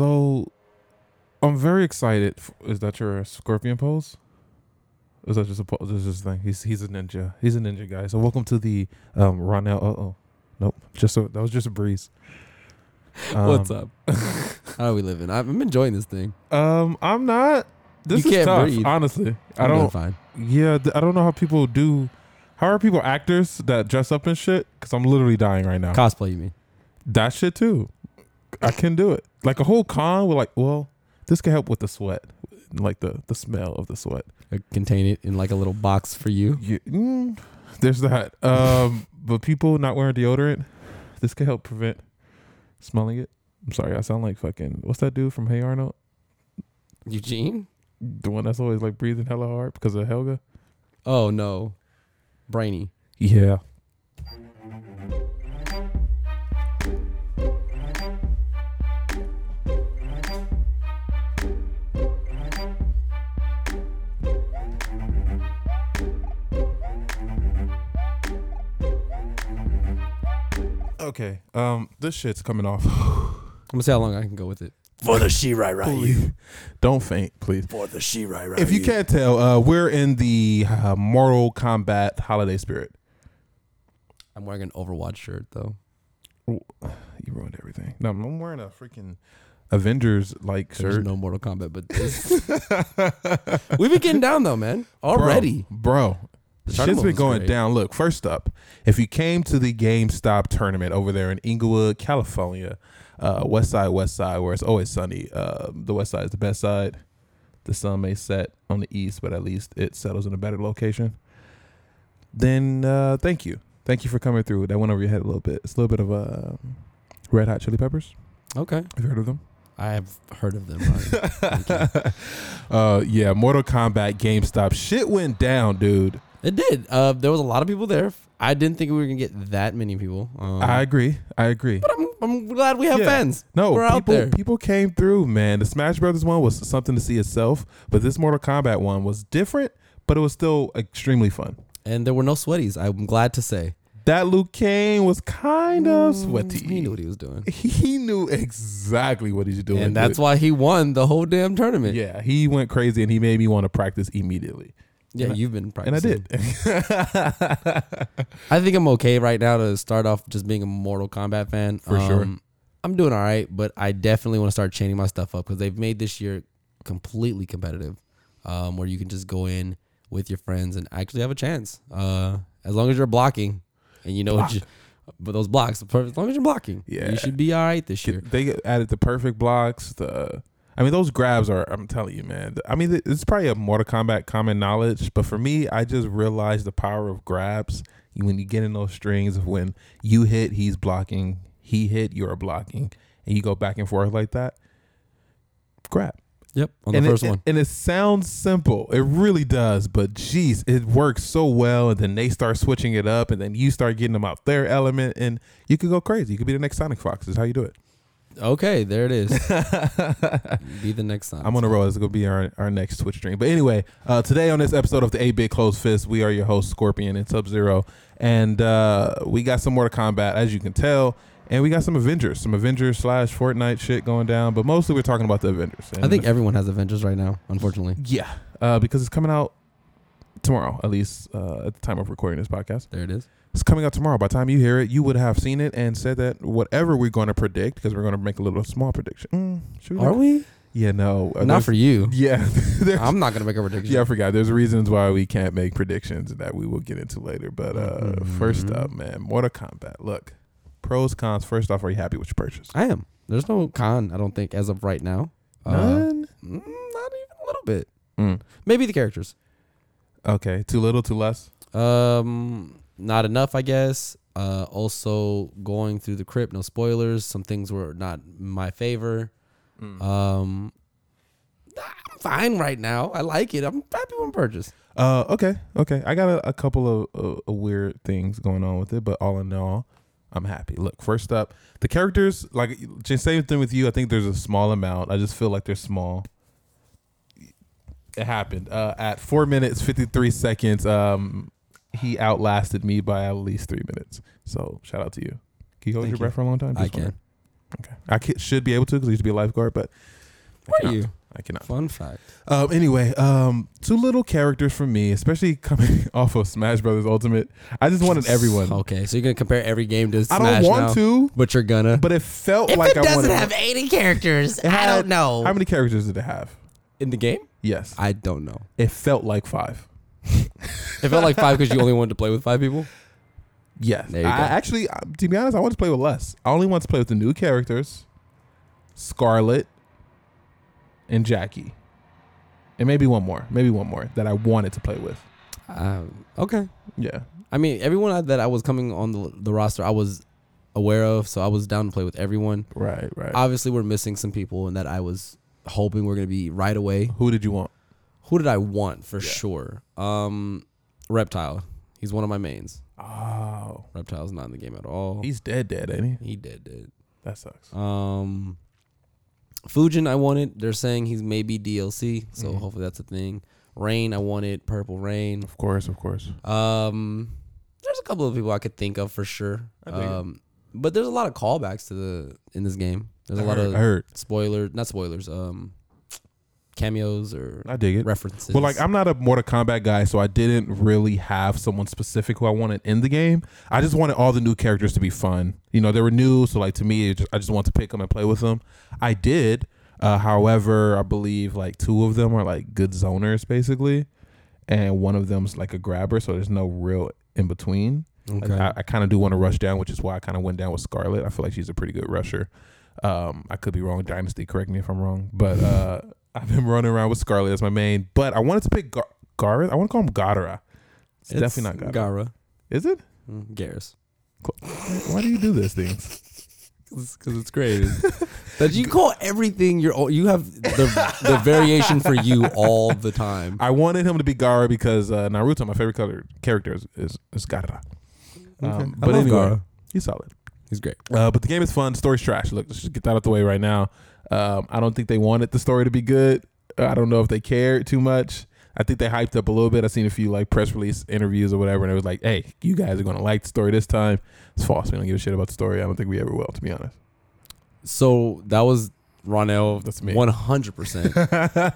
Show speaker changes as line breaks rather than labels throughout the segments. So I'm very excited. F- Is that your scorpion pose? Is that just a pose? This is his thing. He's he's a ninja. He's a ninja guy. So welcome to the um Ronell. Uh oh, nope. Just a, that was just a breeze.
What's
Um,
up? How are we living? I'm I'm enjoying this thing.
Um, I'm not. This
You
is
can't
tough,
breathe.
honestly. I
I'm doing
don't.
Fine.
Yeah, th- I don't know how people do. How are people actors that dress up and shit? Because I'm literally dying right now.
Cosplay, you mean?
that shit too. I can do it. Like a whole con with like, well, this could help with the sweat, like the the smell of the sweat.
Uh, Contain it in like a little box for you.
You, mm, there's that. Um, but people not wearing deodorant, this could help prevent smelling it. I'm sorry, I sound like fucking what's that dude from Hey Arnold?
Eugene?
The one that's always like breathing hella hard because of Helga.
Oh no, brainy.
Yeah. Okay. Um, this shit's coming off.
I'm gonna see how long I can go with it.
For the Shirai Ryu.
Don't faint, please.
For the Shirai Ryu.
If you can't tell, uh, we're in the uh, Mortal Kombat holiday spirit.
I'm wearing an Overwatch shirt though.
You ruined everything. No, I'm wearing a freaking Avengers like
There's
shirt.
no Mortal Kombat, but this. We've been getting down though, man. Already.
Bro,
The
shit's
tournament
been
was
going
great.
down. Look, first up, if you came to the GameStop tournament over there in Inglewood, California, uh, West Side, West Side, where it's always sunny, uh, the West Side is the best side. The sun may set on the east, but at least it settles in a better location. Then uh, thank you. Thank you for coming through. That went over your head a little bit. It's a little bit of uh, Red Hot Chili Peppers.
Okay.
Have you heard of them?
I have heard of them. Ryan.
uh, yeah, Mortal Kombat, GameStop. Shit went down, dude.
it did. Uh, there was a lot of people there. I didn't think we were gonna get that many people. Um,
I agree. I agree.
but I'm, I'm glad we have
Yeah.
fans.
No,
we're
people
out there.
people came through, man. The Smash Brothers one was something to see itself, but this Mortal Kombat one was different, but it was still extremely fun.
and there were no sweaties. I'm glad to say.
That Luke Kane was kind
Mm.
of sweaty.
He knew what he was doing.
He knew exactly what he's doing.
And that's why he won the whole damn tournament. Yeah,
Yeah, he went crazy and he made me want to practice immediately.
you've been practicing.
And I did.
I think I'm okay right now to start off just being a Mortal Kombat fan. Um,
For sure.
I'm doing all right, but I definitely want to start chaining my stuff up because they've made this year completely competitive, um, where you can just go in with your friends and actually have a chance. Uh, as long as you're blocking and you know what you, but those blocks, as long as you're blocking,
Yeah.
you should be all right this year.
They added the perfect blocks. The I mean, those grabs are. I'm telling you, man. I mean, it's probably a Mortal Kombat common knowledge, but for me, I just realized the power of grabs when you get in those strings of when you hit, he's blocking. He hit, you're blocking, and you go back and forth like that. Grab
Yep, on the
and
first
it,
one.
And it sounds simple. It really does. But geez, it works so well. And then they start switching it up, and then you start getting them out their element, and you could go crazy. You could be the next Sonic Fox. Is how you do it.
okay, there it is. be the next time.
I'm on a roll. It's gonna be our, our next Twitch stream. But anyway, uh, today on this episode of the A Big Close Fist, we are your hosts Scorpion and Sub Zero, and uh, we got some Mortal Kombat, as you can tell, and we got some Avengers, some Avengers slash Fortnite shit going down. But mostly we're talking about the Avengers.
I
And-
think everyone has Avengers right now, unfortunately.
yeah, uh, because it's coming out tomorrow, at least uh, at the time of recording this podcast.
There it is.
It's coming out tomorrow. By the time you hear it, you would have seen it and said that whatever we're going to predict, because we're going to make a little small prediction. Mm, should
Are we?
Yeah, no, Uh,
Not
there's-
for you.
Yeah, there's-
I'm not gonna make a prediction.
Yeah, I forgot. There's reasons why we can't make predictions that we will get into later. But uh first
Mhm.
up, man, Mortal Kombat. Look, pros, cons. First off, are you happy with your purchase?
I am. There's no con, I don't think, as of right now. Uh,
None.
mm, not even a little bit.
Mm.
Maybe the characters.
Uh, Okay, too little, too less.
Um, not enough, I guess. Uh, also going through the crypt, no spoilers. Some things were not in my favor.
Mm.
Um, I'm fine right now. I like it. I'm happy with my purchase.
Uh, okay, okay. I got a, a couple of uh, weird things going on with it, but all in all, I'm happy. Look, first up, the characters like just same thing with you. I think there's a small amount. I just feel like they're small. It happened uh, at four minutes fifty three seconds. Um, he outlasted me by at least three minutes. So shout out to you. Can you hold
Thank
your
you.
breath for a long time?
I
Just
can.
wondering. Okay. I ca- should be able to because I used to be a lifeguard, but I
Were
cannot.
you?
I cannot.
Fun fact.
Um, anyway, um, two little characters from me, especially coming off of Smash Brothers Ultimate. I just wanted everyone.
Okay, so you're gonna compare every game to
I
Smash
don't want
now,
to,
but you're gonna.
but it felt
If
like
it
I
doesn't
wanted.
have 80 characters,
It
I
had-
don't know.
How many characters did it have?
in the game,
Yes,
I don't know.
it felt like five.
It felt like five because you only wanted to play with five people.
Yes,
There you
I
go.
actually, uh, to be honest, I wanted to play with less. I only wanted to play with the new characters, Scarlet and Jackie, and maybe one more, maybe one more that I wanted to play with.
Um, okay.
Yeah,
I mean, everyone I- that I was coming on the, the roster, I was aware of, so I was down to play with everyone.
right, right.
Obviously, we're missing some people, and that I was hoping we're gonna be right away.
Who did you want?
Who did I want for sure? Um, Reptile. He's one of my mains.
Oh,
Reptile's not in the game at all.
he's dead, dead, ain't he?
he did it.
That sucks.
Um, Fujin, I wanted. They're saying he's maybe DLC, so
Mhm.
hopefully that's a thing. Rain, I wanted. Purple Rain.
Of course, of course.
Um, there's a couple of people I could think of for sure.
I dig it.
Um, but there's a lot of callbacks to the in this game. There's
I
a lot
heard, I
of
heard.
spoiler, not spoilers, um, cameos or
I dig it.
references.
Well, like I'm not a Mortal Kombat guy, so I didn't really have someone specific who I wanted in the game. I just wanted all the new characters to be fun. You know, they were new, so like to me, it just, I just want to pick them and play with them. I did. Uh, however, I believe like two of them are like good zoners basically, and one of them's like a grabber, so there's no real in between.
okay.
I, I kind of do want to rush down, which is why I kind of went down with Scarlet. I feel like she's a pretty good rusher. Um, I could be wrong. Dynasty, correct me if I'm wrong. But uh, I've been running around with Scarlet as my main. But I wanted to pick Gar- Gareth. I want to call him Gadara. It's, definitely not Gadara.
Gara.
is it?
Mm, Garrus.
Why do you do these things?
Because it's crazy. that you call everything your own. You have the, the variation for you all the time.
I wanted him to be Gara because uh, Naruto, my favorite color character, is is, is Gaara. Um,
Okay. I
But
love
anyway,
Gaara.
he's solid.
He's great.
Uh, but the game is fun. The story's trash. Look, let's just get that out the way right now. Um, I don't think they wanted the story to be good. Uh, I don't know if they cared too much. I think they hyped up a little bit. I seen a few like press release interviews or whatever, and it was like, "Hey, you guys are gonna like the story this time." It's false. We don't give a shit about the story. I don't think we ever will, to be honest.
So that was Ronell.
That's me.
One hundred percent.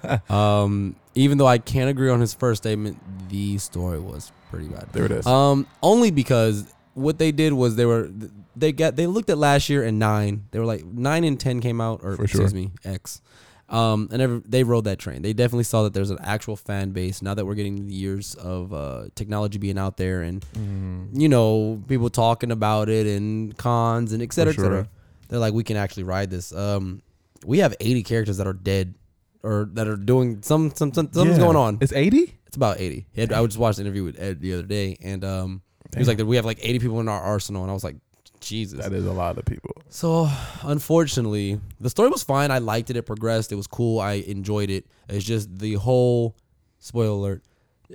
Um, even though I can't agree on his first statement, the story was pretty bad.
There it is.
Um, only because what they did was they were they got they looked at last year and nine. They were like nine and ten came out, or
For
excuse
sure.
me, X. Um, and every, they rode that train. They definitely saw that there's an actual fan base now that we're getting the years of uh, technology being out there and
Mm-hmm.
you know people talking about it and cons and et cetera,
For
et cetera.
sure.
They're like, we can actually ride this. Um, we have 80 characters that are dead or that are doing some some, some something's
Yeah.
going on.
It's eighty.
It's about 80. He had, I just watched an interview with Ed the other day, and um, he was like, that we have like 80 people in our arsenal. And I was like, Jesus.
That is a lot of people.
So, unfortunately, the story was fine. I liked it. It progressed. It was cool. I enjoyed it. It's just the whole spoiler alert.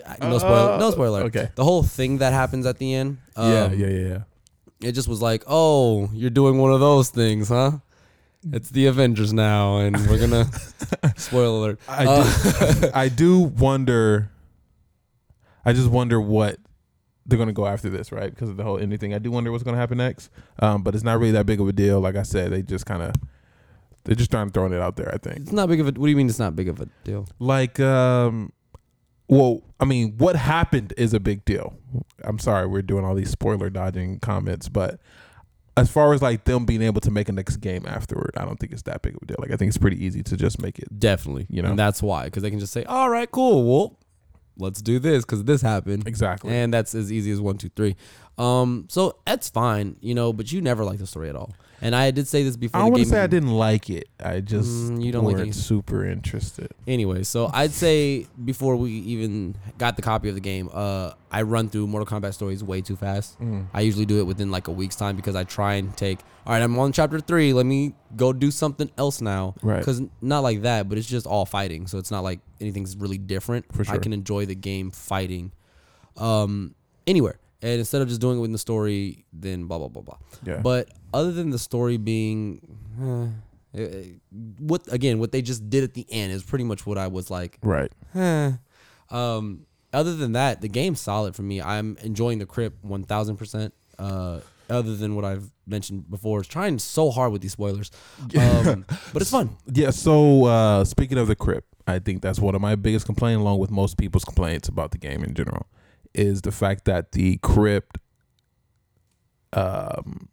I- No spoiler. No spoiler. alert.
Uh, okay.
The whole thing that happens at the end. Um,
yeah, yeah, yeah, yeah.
It just was like, oh, you're doing one of those things, huh? It's the Avengers now, and we're gonna spoiler alert. Uh,
I do, I do wonder. I just wonder what they're gonna go after this, right? Because of the whole indie thing. I do wonder what's gonna happen next. Um, but it's not really that big of a deal. Like I said, they just kind of they're just trying throwing it out there. I think.
It's not big of a. What do you mean? It's not big of a deal?
Like, um, well, I mean, what happened is a big deal. I'm sorry, we're doing all these spoiler dodging comments, but as far as like them being able to make a next game afterward, I don't think it's that big of a deal. Like, I think it's pretty easy to just make it.
Definitely.
You know?
and that's why because they can just say, "All right, cool. Well, let's do this because this happened."
Exactly.
And that's as easy as one, two, three. Um, so that's fine, you know. But you never like the story at all. And I did say this before.
I
the
don't want
game
to say I
even-
didn't like it. I just
Mm, you
you
don't
don't
like
weren't
it.
super interested.
Anyway, so I'd say before we even got the copy of the game, uh, I run through Mortal Kombat stories way too fast.
Mm-hmm.
I usually do it within like a week's time because I try and take, all right, I'm on chapter three. Let me go do something else now.
Right.
Because not like that, but it's just all fighting. So it's not like anything's really different.
For
I
sure.
can enjoy the game fighting um, anywhere. And instead of just doing it within the story, then blah, blah, blah, blah.
Yeah.
But other than the story being, eh, eh, what again? What they just did at the end is pretty much what I was like.
Right.
eh. Um, other than that, the game's solid for me. I'm enjoying the crip one thousand percent. Uh, other than what I've mentioned before, is trying so hard with these spoilers. Um, but it's fun.
Yeah. So uh, speaking of the crypt, I think that's one of my biggest complaints, along with most people's complaints about the game in general, is the fact that the crypt. Um,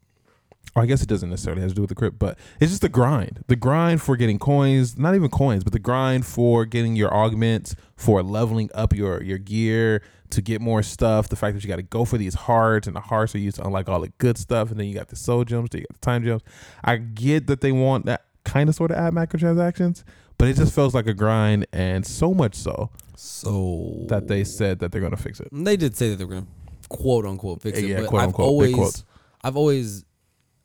I guess it doesn't necessarily have to do with the crypt, but it's just the grind. The grind for getting coins, not even coins, but the grind for getting your augments, for leveling up your your gear to get more stuff. The fact that you got to go for these hearts, and the hearts are used to unlock all the good stuff, and then you got the soul gems, then you got the time gems. I get that they want that kind of sort of add microtransactions, but it just feels like a grind, and so much so
So
that they said that they're gonna fix it.
they did say that they were gonna quote unquote fix it.
Yeah,
but
quote
I've
unquote, big
always
quotes.
I've always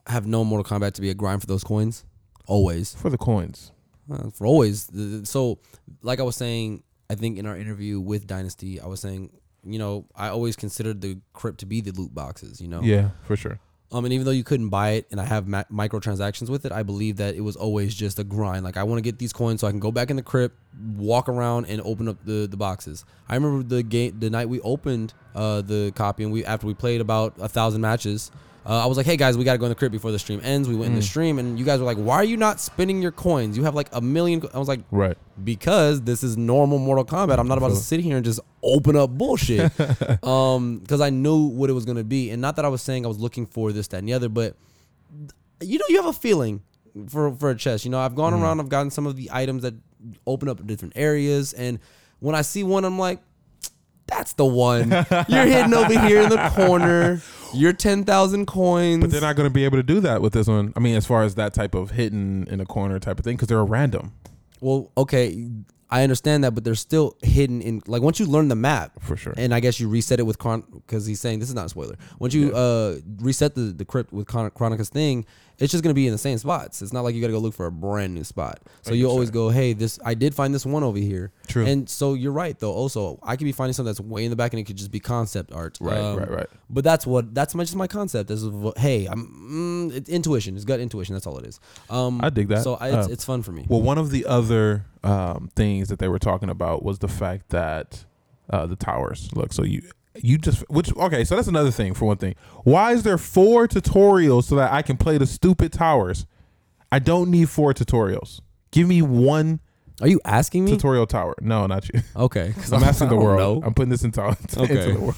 have known Mortal Kombat to be a grind for those coins. Always.
For the coins,
Uh, for always. Th- th- So, like I was saying, I think in our interview with Dynasty, I was saying, you know, I always considered the crypt to be the loot boxes. You know,
yeah, for sure.
Um, and even though you couldn't buy it, and I have ma- microtransactions with it, I believe that it was always just a grind. Like I want to get these coins so I can go back in the crypt, walk around, and open up the, the boxes. I remember the game the night we opened uh, the copy, and we after we played about a thousand matches. Uh, I was like, "Hey guys, we gotta go in the crypt before the stream ends." We went in the stream, and you guys were like, "Why are you not spending your coins? You have like a million. co-" I was like,
Right.
because this is normal Mortal Kombat. I'm not about to sit here and just open up bullshit. um, because I knew what it was gonna be, and not that I was saying I was looking for this, that, and the other, but you know, you have a feeling for for a chest. You know, I've gone around, I've gotten some of the items that open up different areas, and when I see one, I'm like. That's the one. You're hidden over here in the corner. You're ten thousand coins.
But they're not gonna be able to do that with this one. I mean, as far as that type of hidden in a corner type of thing, because they're a random
Well, okay, I understand that, but they're still hidden in like once you learn the map
for sure.
and I guess you reset it with Chron because he's saying this is not a spoiler. Once you uh reset the, the crypt with Chron- Chronica's thing, it's just gonna be in the same spots. It's not like you gotta go look for a brand new spot. So you always go, hey, this I did find this one over here.
True.
And so you're right though. Also, I could be finding something that's way in the back and it could just be concept art. Um,
Right, right, right.
But that's what that's my just my concept. This is what, hey, I'm mm, it's intuition. It's gut intuition. That's all it is. Um,
I dig that.
So I, it's,
Uh,
it's fun for me.
Well, one of the other um, things that they were talking about was the fact that uh, the towers look. So you you just which okay. So that's another thing. For one thing, why is there four tutorials so that I can play the stupid towers? I don't need four tutorials. Give me one
Are you asking me?
tutorial tower. No, not you.
Okay, because
I'm asking the world.
Know.
I'm putting this into, into
Okay.
the world.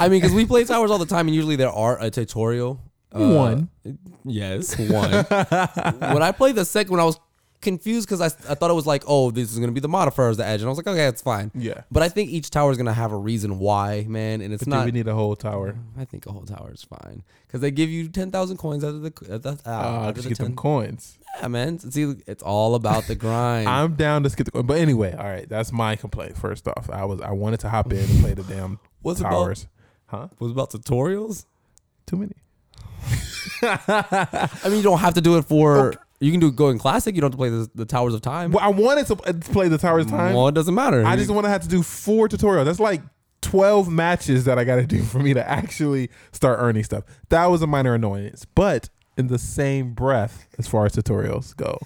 I mean, because we play towers all the time, and usually there are a tutorial. uh,
One.
Yes, one. when I played the second one, I was confused because I, I thought it was like, oh, this is gonna be the modifier as the edge, and I was like, okay, it's fine.
Yeah.
But I think each tower is gonna have a reason why, man, and it's
Do
not.
we need a whole tower?
I think a whole tower is fine because they give you ten thousand coins out of the. Uh, that's, uh,
Uh,
out of
just
the
get them
10.
coins.
Yeah, man. See, it's all about the grind.
I'm down to skip the coin. But anyway, all right, that's my complaint. First off, I was I wanted to hop in and play the damn
What's it called?
towers. Huh?
was about tutorials.
Too many.
I mean, you don't have to do it for. You can do go in classic. You don't have to play the, the Towers of Time.
Well, I wanted to uh, play the towers time.
Well, it doesn't matter.
I just want to have to do four tutorials. That's like twelve matches that I got to do for me to actually start earning stuff. That was a minor annoyance, but in the same breath, as far as tutorials go,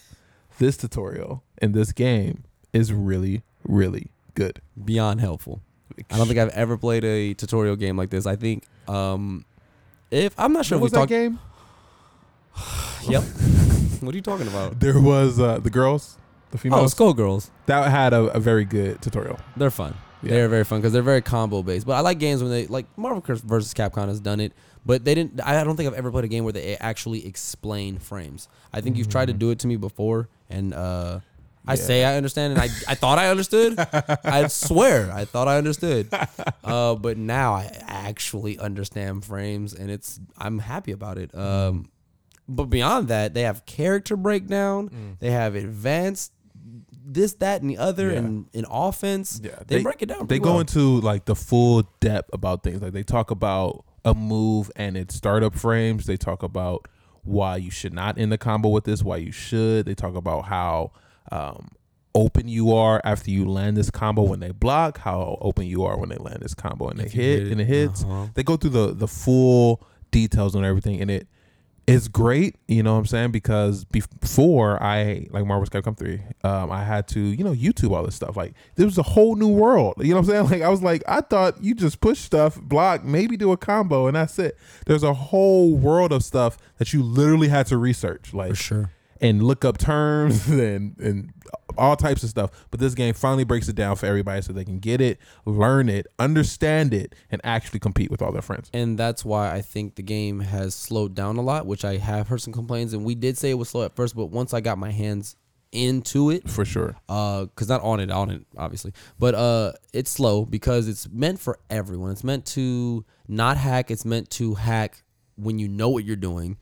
this tutorial in this game is really, really good.
beyond helpful. I don't think I've ever played a tutorial game like this. I think um if I'm not sure
What was
if we
that
talked
game?
Yep. what are you talking about?
There was uh, the girls, the
Oh,
females.
Skullgirls.
that had a, a very good tutorial.
They're fun.
Yeah.
They're very fun because they're very combo based. But I like games when they like Marvel versus Capcom has done it, but they didn't. I don't think I've ever played a game where they actually explain frames. I think you've
Mm.
tried to do it to me before, and uh, I say I understand, and I, I thought I understood. I swear I thought I understood, uh, but now I actually understand frames, and it's I'm happy about it. Um, but beyond that, they have character breakdown. They have advanced this, that, and the other,
Mm. Yeah.
and in offense.
Yeah,
they, break it down.
They
pretty
go
well.
into like the full depth about things. Like they talk about a move and its startup frames. They talk about why you should not end the combo with this. Why you should. They talk about how um, open you are after you land this combo when they block. How open you are when they land this combo and they
you
hit
hit it.
and it hits.
Uh-huh.
They go through the the full details on everything, and it it's great, you know what I'm saying? Because before I like Marvel Capcom 3, um, I had to, you know, YouTube all this stuff. Like there was a whole new world. You know what I'm saying? Like I was like, I thought you just push stuff, block, maybe do a combo, and that's it. There's a whole world of stuff that you literally had to research. Like
For sure.
and look up terms and and all types of stuff. But this game finally breaks it down for everybody so they can get it, learn it, understand it, and actually compete with all their friends.
And that's why I think the game has slowed down a lot, which I have heard some complaints. And we did say it was slow at first, but once I got my hands into it,
For sure.
uh because not on it on it obviously but uh it's slow because it's meant for everyone it's meant to not hack it's meant to hack when you know what you're doing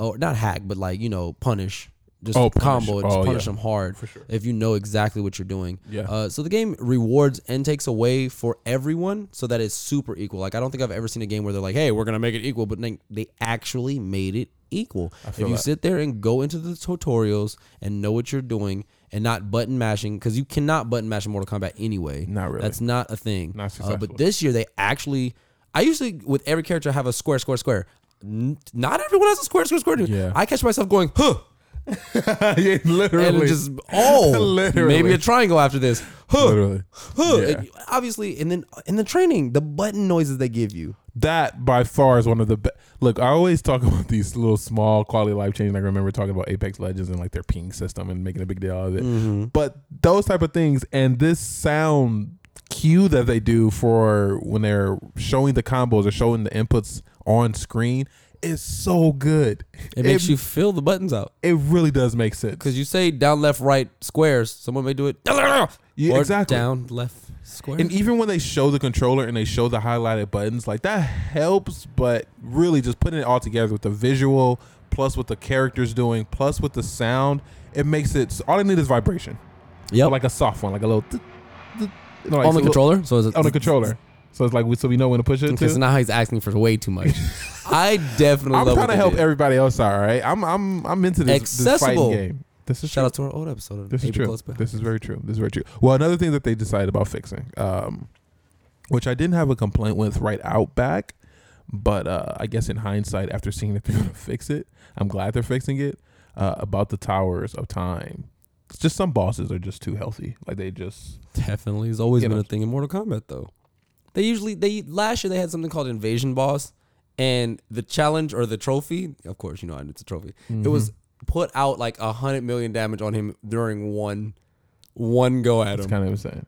or not hack but like you know punish just
Mm-hmm. Oh, punish.
combo just
Oh,
punish
yeah.
them hard if you know exactly what you're doing
Yeah.
uh, so the game rewards and takes away for everyone so that it's super equal like i don't think i've ever seen a game where they're like hey we're gonna make it equal but then they actually made it equal if you sit there and go into the tutorials and know what you're doing and not button mashing because you cannot button mash in Mortal Kombat anyway.
Not really.
That's not a thing.
Not
Uh,
successful.
but this year they actually, I usually with every character have a square, square, square. N- not everyone has a square, square, square. dude.
Yeah.
I catch myself going, huh,
yeah, literally.
and just oh,
Literally.
maybe a triangle after this, huh,
literally.
huh.
Yeah.
And obviously, and then in the training, the button noises they give you.
that by far is one of the best. Look, I always talk about these little small quality life changes. Like I remember talking about Apex Legends and like their ping system and making a big deal out of it. But those type of things and this sound cue that they do for when they're showing the combos or showing the inputs on screen is so good.
It makes you feel the buttons out.
It really does make sense.
Because you say down, left, right, squares. Someone may do it. Yeah, e or
exactly.
Down, left, square.
And even when they show the controller and they show the highlighted buttons, like that helps, but really just putting it all together with the visual, plus what the character's doing, plus with the sound, it makes it all they need is vibration.
Yep.
But like a soft one, like a little th- th- you know, like so
on the
little-
controller. So is it
on the controller. So it's like we so we know when to push it
Because
to.
now he's asking for way too much. I definitely
I'm
love
trying
what
to
they
help
did.
everybody else out, all right? I'm I'm I'm into this, this fighting
Accessible.
game. This is
Shout
true.
out to our old episode of
This is
April
true.
Close Behind.
This is very true. This is very true. Well, another thing that they decided about fixing, um, which I didn't have a complaint with right out back, but uh, I guess in hindsight, after seeing that they're going to fix it, I'm glad they're fixing it. Uh, about the towers of time, it's just some bosses are just too healthy. Like they just
Definitely has always
You
been
know.
a thing in Mortal Kombat though. They usually they last year they had something called Invasion Boss, and the challenge or the trophy, of course you know it's a trophy. It was
Mm-hmm.
put out like a hundred million damage on him during one one go at
it's
him.
kind of insane.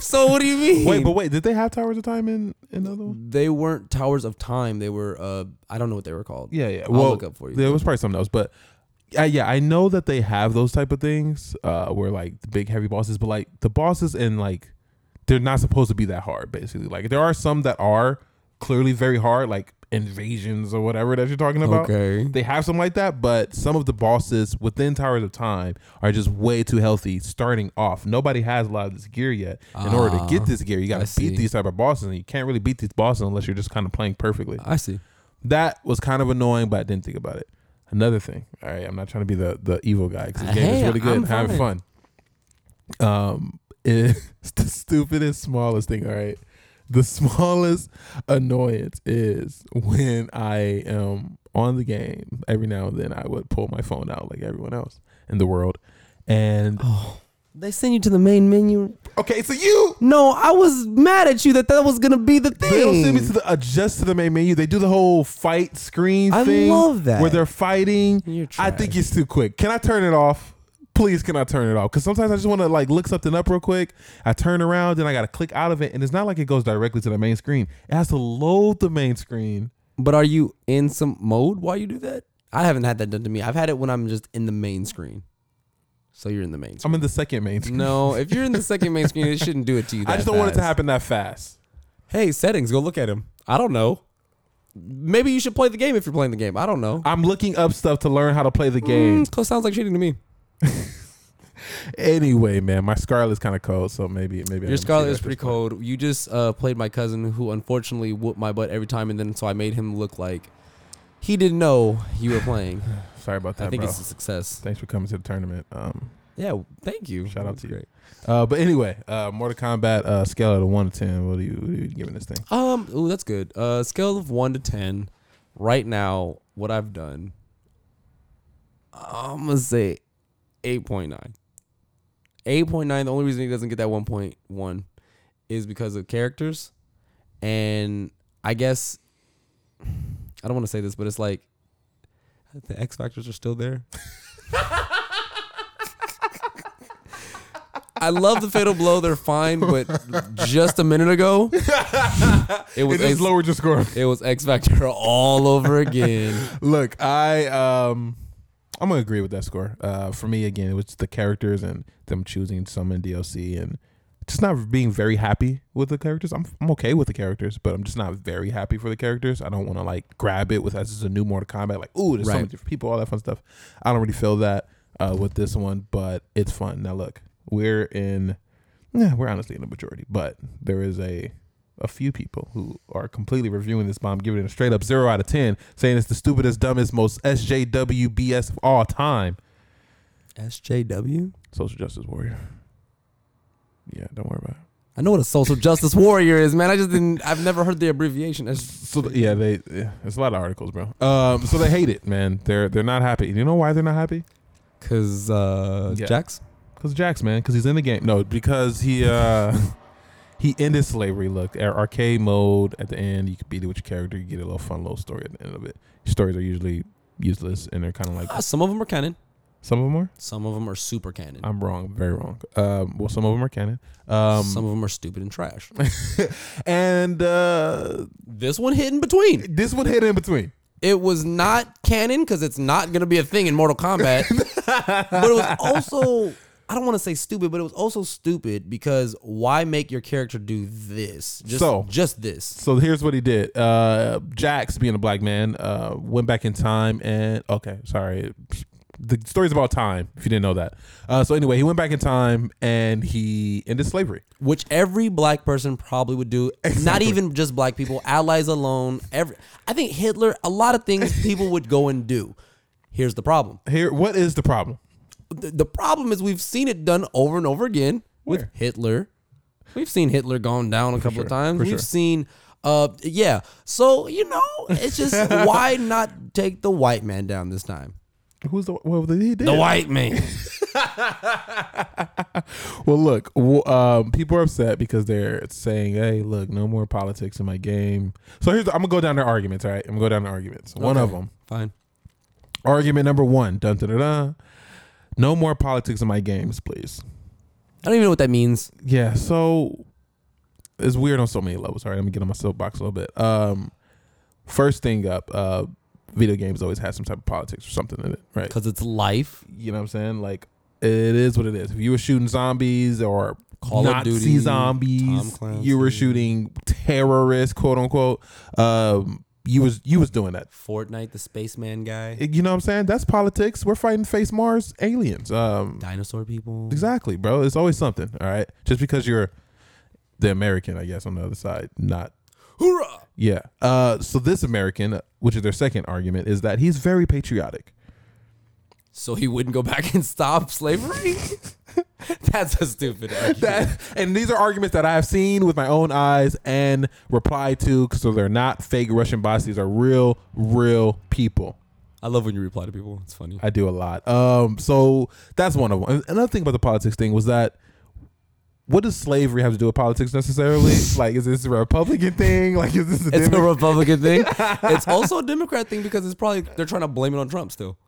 so what do you mean?
Wait, but wait, did they have towers of time in another one?
they weren't Towers of Time. They were uh I don't know what they were called.
Yeah, yeah.
I'll
Well,
look up for you.
There was probably something else, but uh, yeah, I know that they have those type of things uh, where like the big heavy bosses, but like the bosses and like they're not supposed to be that hard. Basically, like there are some that are clearly very hard, like invasions or whatever that you're talking about.
Okay.
They have some like that, but some of the bosses within Towers of Time are just way too healthy starting off. Nobody has a lot of this gear yet. In order to
Ah,
get this gear, you got
I
to
see.
beat these type of bosses, and you can't really beat these bosses unless you're just kind of playing perfectly
I see.
that was kind of annoying, but I didn't think about it. Another thing, all right, I'm not trying to be the the evil guy because the game is
Hey,
really good.
I'm
and having fun. Um, it's the stupidest, smallest thing. All right, the smallest annoyance is when I am on the game. Every now and then, I would pull my phone out like everyone else in the world, and
They send you to the main menu.
okay, so you
No, I was mad at you that that was gonna be the thing.
They don't send me to the adjust to the main menu. They do the whole fight screen
I
thing.
love that.
where they're fighting.
You're
I think it's too quick. Can I turn it off? Please, can I turn it off? Because sometimes I just want to like look something up real quick. I turn around, then I gotta click out of it, and it's not like it goes directly to the main screen. It has to load the main screen.
But are you in some mode while you do that? I haven't had that done to me. I've had it when I'm just in the main screen. So you're in the main
I'm
screen.
in the second main screen.
no, if you're in the second main screen, it shouldn't do it to you.
I
that
just don't want it to
fast.
happen that fast.
Hey, settings, go look at him. I don't know. Maybe you should play the game if you're playing the game. I don't know.
I'm looking up stuff to learn how to play the game.
Mm, close sounds like cheating to me.
Anyway, man, my Scarlet's kind of cold, so maybe maybe
Your
I'm
Scarlet
cheating
is
at
pretty
this point.
cold. You just uh, played my cousin, who unfortunately whooped my butt every time, and then so I made him look like he didn't know you were playing.
Sorry about that,
I think
bro.
it's a success.
Thanks for coming to the tournament. Um,
Yeah, thank you.
Shout out
That's
to you.
great.
Uh, but anyway, uh, Mortal Kombat uh, scale out of one to ten. What are you, what are you giving this thing?
Um, ooh, that's good. Uh, scale of one to ten, right now, what I've done, I'm gonna say 8.9. 8.9. The only reason he doesn't get that 1.1 is because of characters, and I guess I don't want to say this, but it's like the X factors are still there. I love the fatal blow. They're fine, but just a minute ago, it
It
was
just
Ace-
lowered your score.
it was X Factor all over again.
Look, I um I'm gonna agree with that score. Uh for me again, it was the characters and them choosing some in DLC and just not being very happy with the characters. I'm I'm okay with the characters, but I'm just not very happy for the characters. I don't wanna like grab it with as is a new Mortal Kombat, like, ooh, there's so
Right.
many different people, all that fun stuff. I don't really feel that uh with this one, but it's fun. Now look, we're in yeah, we're honestly in the majority, but there is a a few people who are completely reviewing this bomb, giving it a straight up zero out of ten, saying it's the stupidest, dumbest, most SJWBS of all time.
SJW?
Social justice warrior. Yeah, don't worry about it.
I know what a social justice warrior is, man. I just didn't. I've never heard the abbreviation. S-
So th- yeah, they yeah, it's a lot of articles, bro. Um, so they hate it, man. They're they're not happy. You know why they're not happy?
Cause uh,
Yeah.
Jax.
Cause Jax, man, cause he's in the game. No, because he uh he ended slavery. Look, at arcade mode at the end, you can beat it with your character. You get a little fun little story at the end of it. Stories are usually useless, and they're kind of like
Ah, some of them are canon.
some of them are.
Some of them are super canon.
I'm wrong, very wrong. Um, well, some of them are canon. Um,
some of them are stupid and trash.
and uh,
this one hit in between.
this one hit in between.
It was not canon because it's not gonna be a thing in Mortal Kombat. but it was also I don't want to say stupid, but it was also stupid because why make your character do this? Just
So-
just this.
So here's what he did. Uh, Jax, being a black man, uh, went back in time and okay, sorry, the story's about time. If you didn't know that. Uh, so anyway, he went back in time and he ended slavery.
which every black person probably would do. Not even just black people, allies alone. Every I think Hitler, a lot of things people would go and do. Here's the problem.
Here, what is the problem?
The, the problem is we've seen it done over and over again with
Where?
Hitler. We've seen Hitler gone down a couple
sure,
of times.
for
We've
sure.
seen uh yeah. So, you know, it's just why not take the white man down this time?
Who's the well? He did.
The white man.
Well, look, w- um, people are upset because they're saying, "Hey, look, no more politics in my game." So here's, the, I'm gonna go down their arguments. All right, I'm gonna go down their arguments. One of
Okay,
them,
Fine.
argument number one, dun dun dun. dun. No more politics in my games, please.
I don't even know what that means.
Yeah, so it's weird on so many levels. All right, let me get on my soapbox a little bit. Um, first thing up, uh, video games always had some type of politics or something in it, right?
Cuz it's life.
you know what I'm saying? Like it is what it is. If you were shooting zombies or
Call of
Nazi
Duty, Tom
zombies,
Clancy.
you were shooting terrorists, quote unquote. Um, you was you was doing that.
Fortnite, the spaceman guy.
You know what I'm saying? That's politics. We're fighting face Mars aliens. Um,
dinosaur people.
exactly, bro. It's always something. All right, just because you're the American, I guess, on the other side, not
Hoorah!
yeah. Uh, so this American, which is their second argument, is that he's very patriotic.
So he wouldn't go back and stop slavery? That's a stupid argument.
that and these are arguments that I have seen with my own eyes and replied to, so they're not fake Russian bots. These are real, real people.
I love when you reply to people. It's funny.
I do a lot. Um, so that's one of them. And Another thing about the politics thing was that what does slavery have to do with politics necessarily? like, is this a Republican thing? Like, is this a,
it's
Demo-
a Republican thing. it's also a Democrat thing because it's probably they're trying to blame it on Trump still.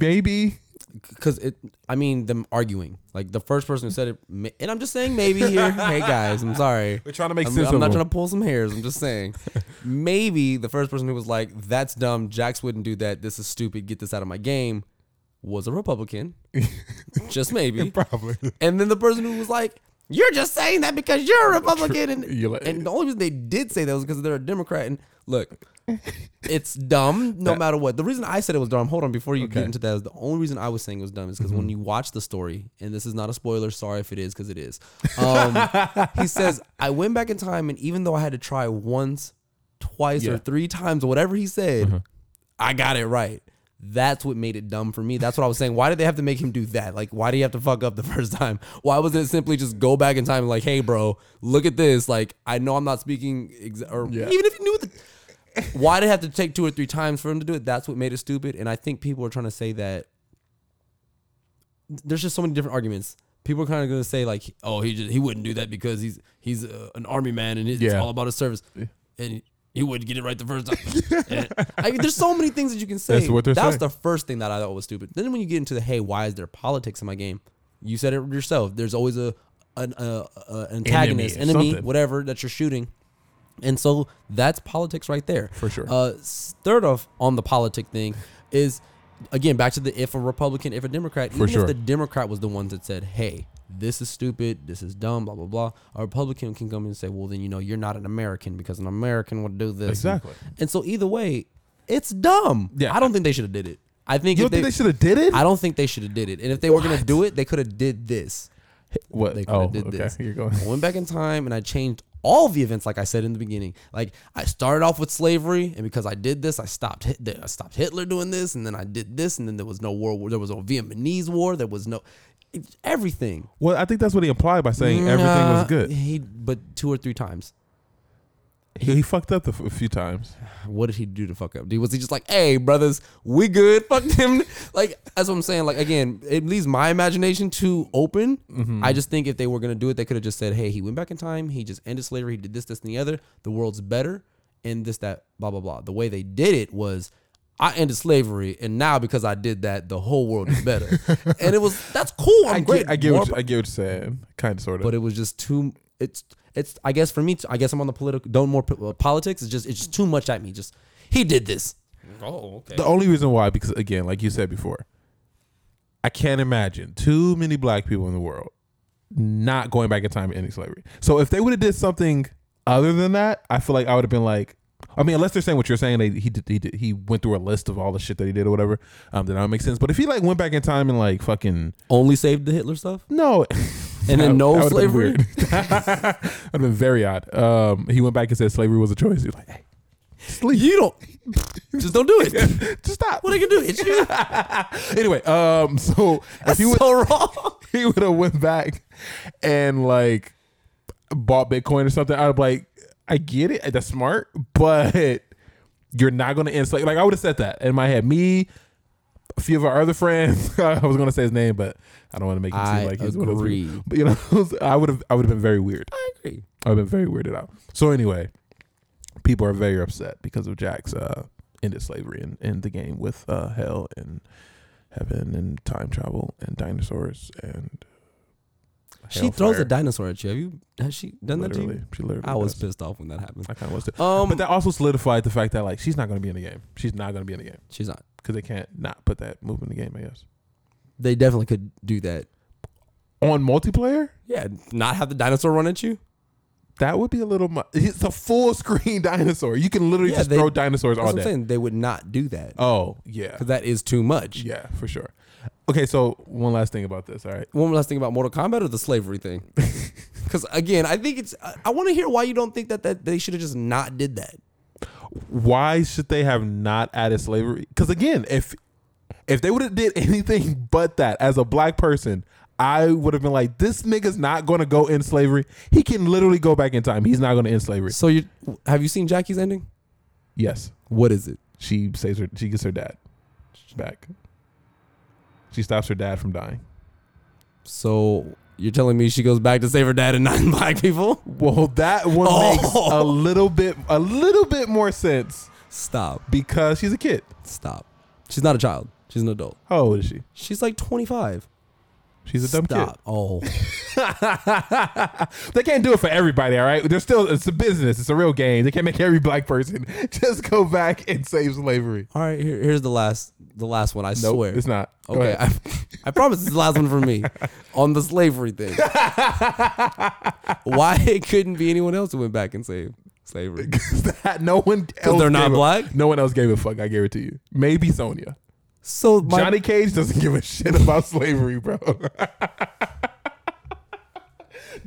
maybe?
Because it, I mean, them arguing. Like the first person who said it, ma- and I'm just saying maybe here. hey guys, I'm sorry.
We're trying to make
I'm,
sense
I'm
of
not
them.
trying to pull some hairs. I'm just saying, maybe the first person who was like, "That's dumb. Jax wouldn't do that. This is stupid. Get this out of my game," was a Republican. just maybe.
Probably.
And then the person who was like, "You're just saying that because you're a Republican," and,
You're like-
and the only reason they did say that was because they're a Democrat. And look, it's dumb no matter what. The reason I said it was dumb. Hold on, before you
Okay. Mm-hmm.
get into that, is the only reason I was saying it was dumb is because when you watch the story, and this is not a spoiler. Sorry if it is, because it is. Um, he says, "I went back in time, and even though I had to try once, twice,
Yeah. Uh-huh.
or three times, or whatever he said." I got it right. That's what made it dumb for me. That's what I was saying. Why did they have to make him do that? Like, why do you have to fuck up the first time? Why wasn't it simply just go back in time and like, hey, bro, look at this. Like, I know I'm not speaking, exa- or
Yeah.
even if you knew the, why did it have to take two or three times for him to do it? That's what made it stupid. And I think people are trying to say that there's just so many different arguments. People are kind of going to say like, "Oh, he just, he wouldn't do that because he's he's uh, an army man and it's
Yeah.
all about his service, and he would get it right the first time." And I mean, there's so many things that you can say.
That's what they're
That was
saying.
the first thing that I thought was stupid. Then when you get into the, "Hey, why is there politics in my game?" You said it yourself. There's always a an uh, uh, antagonist,
Enemy or
enemy,
something.
whatever that you're shooting. And so that's politics right there.
For sure.
Uh, s- third off on the politic thing is again back to the if a Republican, if a Democrat, even
sure.
if the Democrat was the ones that said, "Hey, this is stupid, this is dumb, blah blah blah," a Republican can come in and say, "Well, then you know you're not an American because an American would do this."
Exactly.
And so either way, it's dumb.
Yeah.
I don't think they should have did it. I think
You
if
don't think they should have did it?
I don't think they should have did it. And if they were gonna do it, they could have did this.
what?
They could have
oh,
did
okay.
this.
You're going.
I went back in time and I changed all the events, like I said in the beginning. Like I started off with slavery, and because I did this, I stopped. Hit- I stopped Hitler doing this, and then I did this, and then there was no world war. There was no Vietnamese war. There was no it's everything.
Well, I think that's what he implied by saying everything was
Nah,
good.
He but two or three times.
He, he fucked up the f- a few times.
What did he do to fuck up? Dude, Was he just like, "Hey, brothers, we good"? Fuck him. like that's what I'm saying. Like again, it leaves my imagination too open.
Mm-hmm.
I just think if they were gonna do it, they could have just said, "Hey, he went back in time. He just ended slavery. He did this, this, and the other. The world's better." And this, that, blah, blah, blah. The way they did it was, I ended slavery, and now because I did that, the whole world is better. and it was that's cool. I'm
I
great.
get, I get,
More
what you, I get what you're saying. Kind of, sort of.
but it was just too. It's it's. I guess for me, I guess I'm on the political. Don't more po- uh, politics. It's just it's just too much at me. Just he did this. Oh, okay.
The only reason why, because again, like you said before, I can't imagine too many black people in the world not going back in time and ending slavery. So if they would have did something other than that, I feel like I would have been like, I mean, unless they're saying what you're saying, they, he did, he did, he went through a list of all the shit that he did or whatever. Um, then that would make sense. But if he like went back in time and like fucking
Only saved the Hitler stuff.
no,
And then no
would've been
slavery?
weird. that would have been very odd. Um, he went back and said slavery was a choice. He was like, hey, sleep,
You don't. just don't do it.
just stop.
What I can do? It's you.
anyway, um, so if
That's
he would
so wrong.
he would have went back and like bought Bitcoin or something, I'd be like, I get it, that's smart, but you're not gonna end slave. Like I would have said that in my head. Me, a few of our other friends, I was gonna say his name, but I don't want to make him
I
seem like he's one of those people.
agree.
But you know, I would have I would have been very weird.
I agree.
I've been very weirded out. So anyway, people are very upset because of Jack's uh, ended slavery and in the game with uh, hell and heaven and time travel and dinosaurs and
She throws
hellfire.
a dinosaur at you. Have you? Has she done that to
literally.
you?
She literally.
I was
does.
pissed off when that happened.
I kind of was too.
Um,
but that also solidified the fact that like she's not going to be in the game. She's not going to be in the game
she's not.
because they can't not put that move in the game. I guess
They definitely could do that.
on multiplayer.
Yeah, not have the dinosaur run at you.
That would be a little. Mu- it's a full screen dinosaur. You can literally
Yeah,
just
they-
throw dinosaurs
That's
all
what I'm
day.
saying. They would not do that
Oh yeah,
because that is too much.
yeah, for sure. Okay, so one last thing about this. All right,
one last thing about Mortal Kombat or the slavery thing? Because again, I think it's. I, I want to hear why you don't think that that they should have just not did that.
why should they have not added slavery? Because again, if if they would have did anything but that as a black person, I would have been like, this nigga's not going to go in slavery. He can literally go back in time. He's not going to end slavery.
So you have you seen Jackie's ending?
Yes,
What is it?
she saves her. She gets her dad back. She stops her dad from dying.
So you're telling me she goes back to save her dad and nine black people?
Well, that one
Oh.
makes a little bit a little bit more sense
Stop!
because she's a kid.
Stop! She's not a child. She's an adult.
How old is she?
She's like 25.
She's a dumb kid.
Stop! Oh,
they can't do it for everybody, all right? They're still it's a business, it's a real game. They can't make every black person just go back and save slavery.
all right. Here, here's the last, the last one. I
Nope,
swear.
it's not. Go
Okay,
ahead.
I, I promise this is the last one for me on the slavery thing. Why it couldn't be anyone else who went back and saved slavery?
That- no one else.
they're not
gave a-
black?
no one else gave a fuck. I guarantee you. Maybe Sonia.
So my,
Johnny Cage doesn't give a shit about slavery, bro.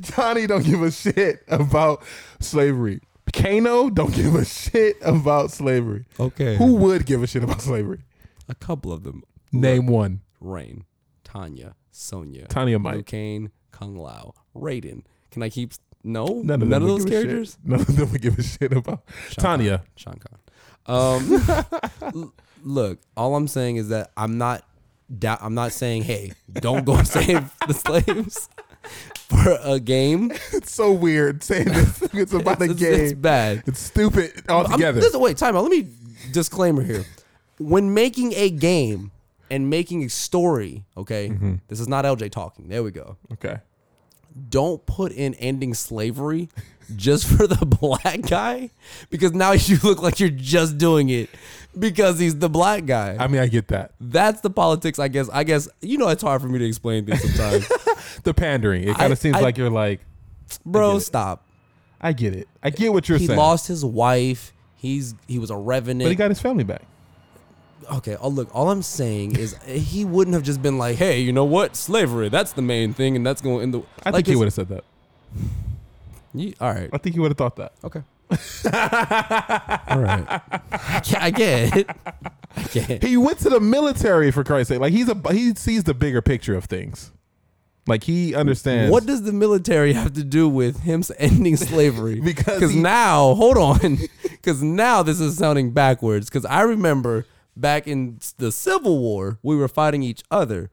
Johnny don't give a shit about slavery. Kano don't give a shit about slavery.
okay,
Who would give a shit about slavery?
a couple of them:
Name one.
Rain, Tanya, Sonia,
Tanya Mike.
Liu Kane, Kung Lao, Raiden. Can I keep No,
None of, them would
those
give a shit.
characters.
None of them would give a shit about
Sean
Tanya.
Sean Conn. Um, l- look, all I'm saying is that I'm not. Doubt, I'm not saying, hey, don't go save the slaves for a game.
It's so weird saying this. It's about a
It's-
game. It's,
It's bad.
stupid
I'm-
altogether.
Listen, wait, time out. Let me disclaimer here. When making a game and making a story, okay,
Mm-hmm.
this is not LJ talking. There we go.
okay.
Don't put in ending slavery just for the black guy because now you look like you're just doing it because he's the black guy.
I mean, I get that.
That's the politics, I guess. I guess you know it's hard for me to explain things sometimes,
The pandering. It kind
I-
of seems
I-
like you're like,
bro. Stop.
I get it. I get what you're
He
saying.
lost his wife. He's he was a revenant.
but he got his family back.
Okay, oh, look, all I'm saying is eh, he wouldn't have just been like, hey, you know what? Slavery, that's the main thing, and that's going to end the.
I
like
think he
it's-
would have said that.
you- all right.
I think he would have thought that.
Okay. all right. I get, I get it. I get it.
He went to the military for Christ's sake. Like he's a he sees the bigger picture of things. Like he understands.
What does the military have to do with him ending slavery?
Because he-
now, hold on, because now this is sounding backwards. Because I remember back in the Civil War, we were fighting each other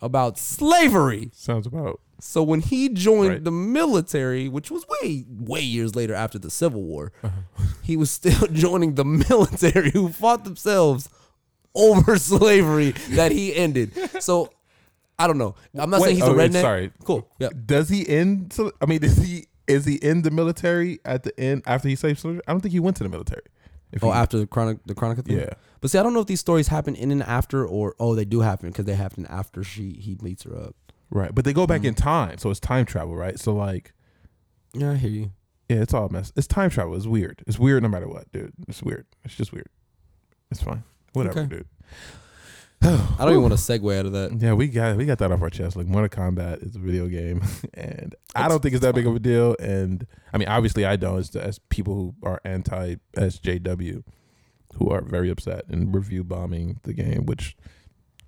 about slavery.
sounds about
So when he joined
Right.
the military, which was way way years later after the Civil War,
Uh-huh.
he was still joining the military who fought themselves over slavery that he ended. So I don't know. I'm not
Wait,
saying he's a
oh, wait,
redneck.
sorry.
Cool. Yeah.
Does he end? So, I mean, is he is he in the military at the end after he saved soldier? I don't think he went to the military. If
Oh,
he-
after the chronic the chronic thing.
Yeah.
But see, I don't know if these stories happen in and after, or oh, they do happen because they happen after she he beats her up.
right, but they go
Hmm.
back in time, so it's time travel, right? So like,
Yeah, I hear you.
yeah, it's all a mess. It's time travel. It's weird. It's weird no matter what, dude. It's weird. It's just weird. It's fine. Whatever,
Okay.
dude.
I don't even want to segue out of that.
Yeah, we got we got that off our chest. Like Mortal Kombat is a video game, and I don't think it's that big of a deal. And I mean, obviously, I don't. It's as people who are anti SJW, who are very upset and review bombing the game, which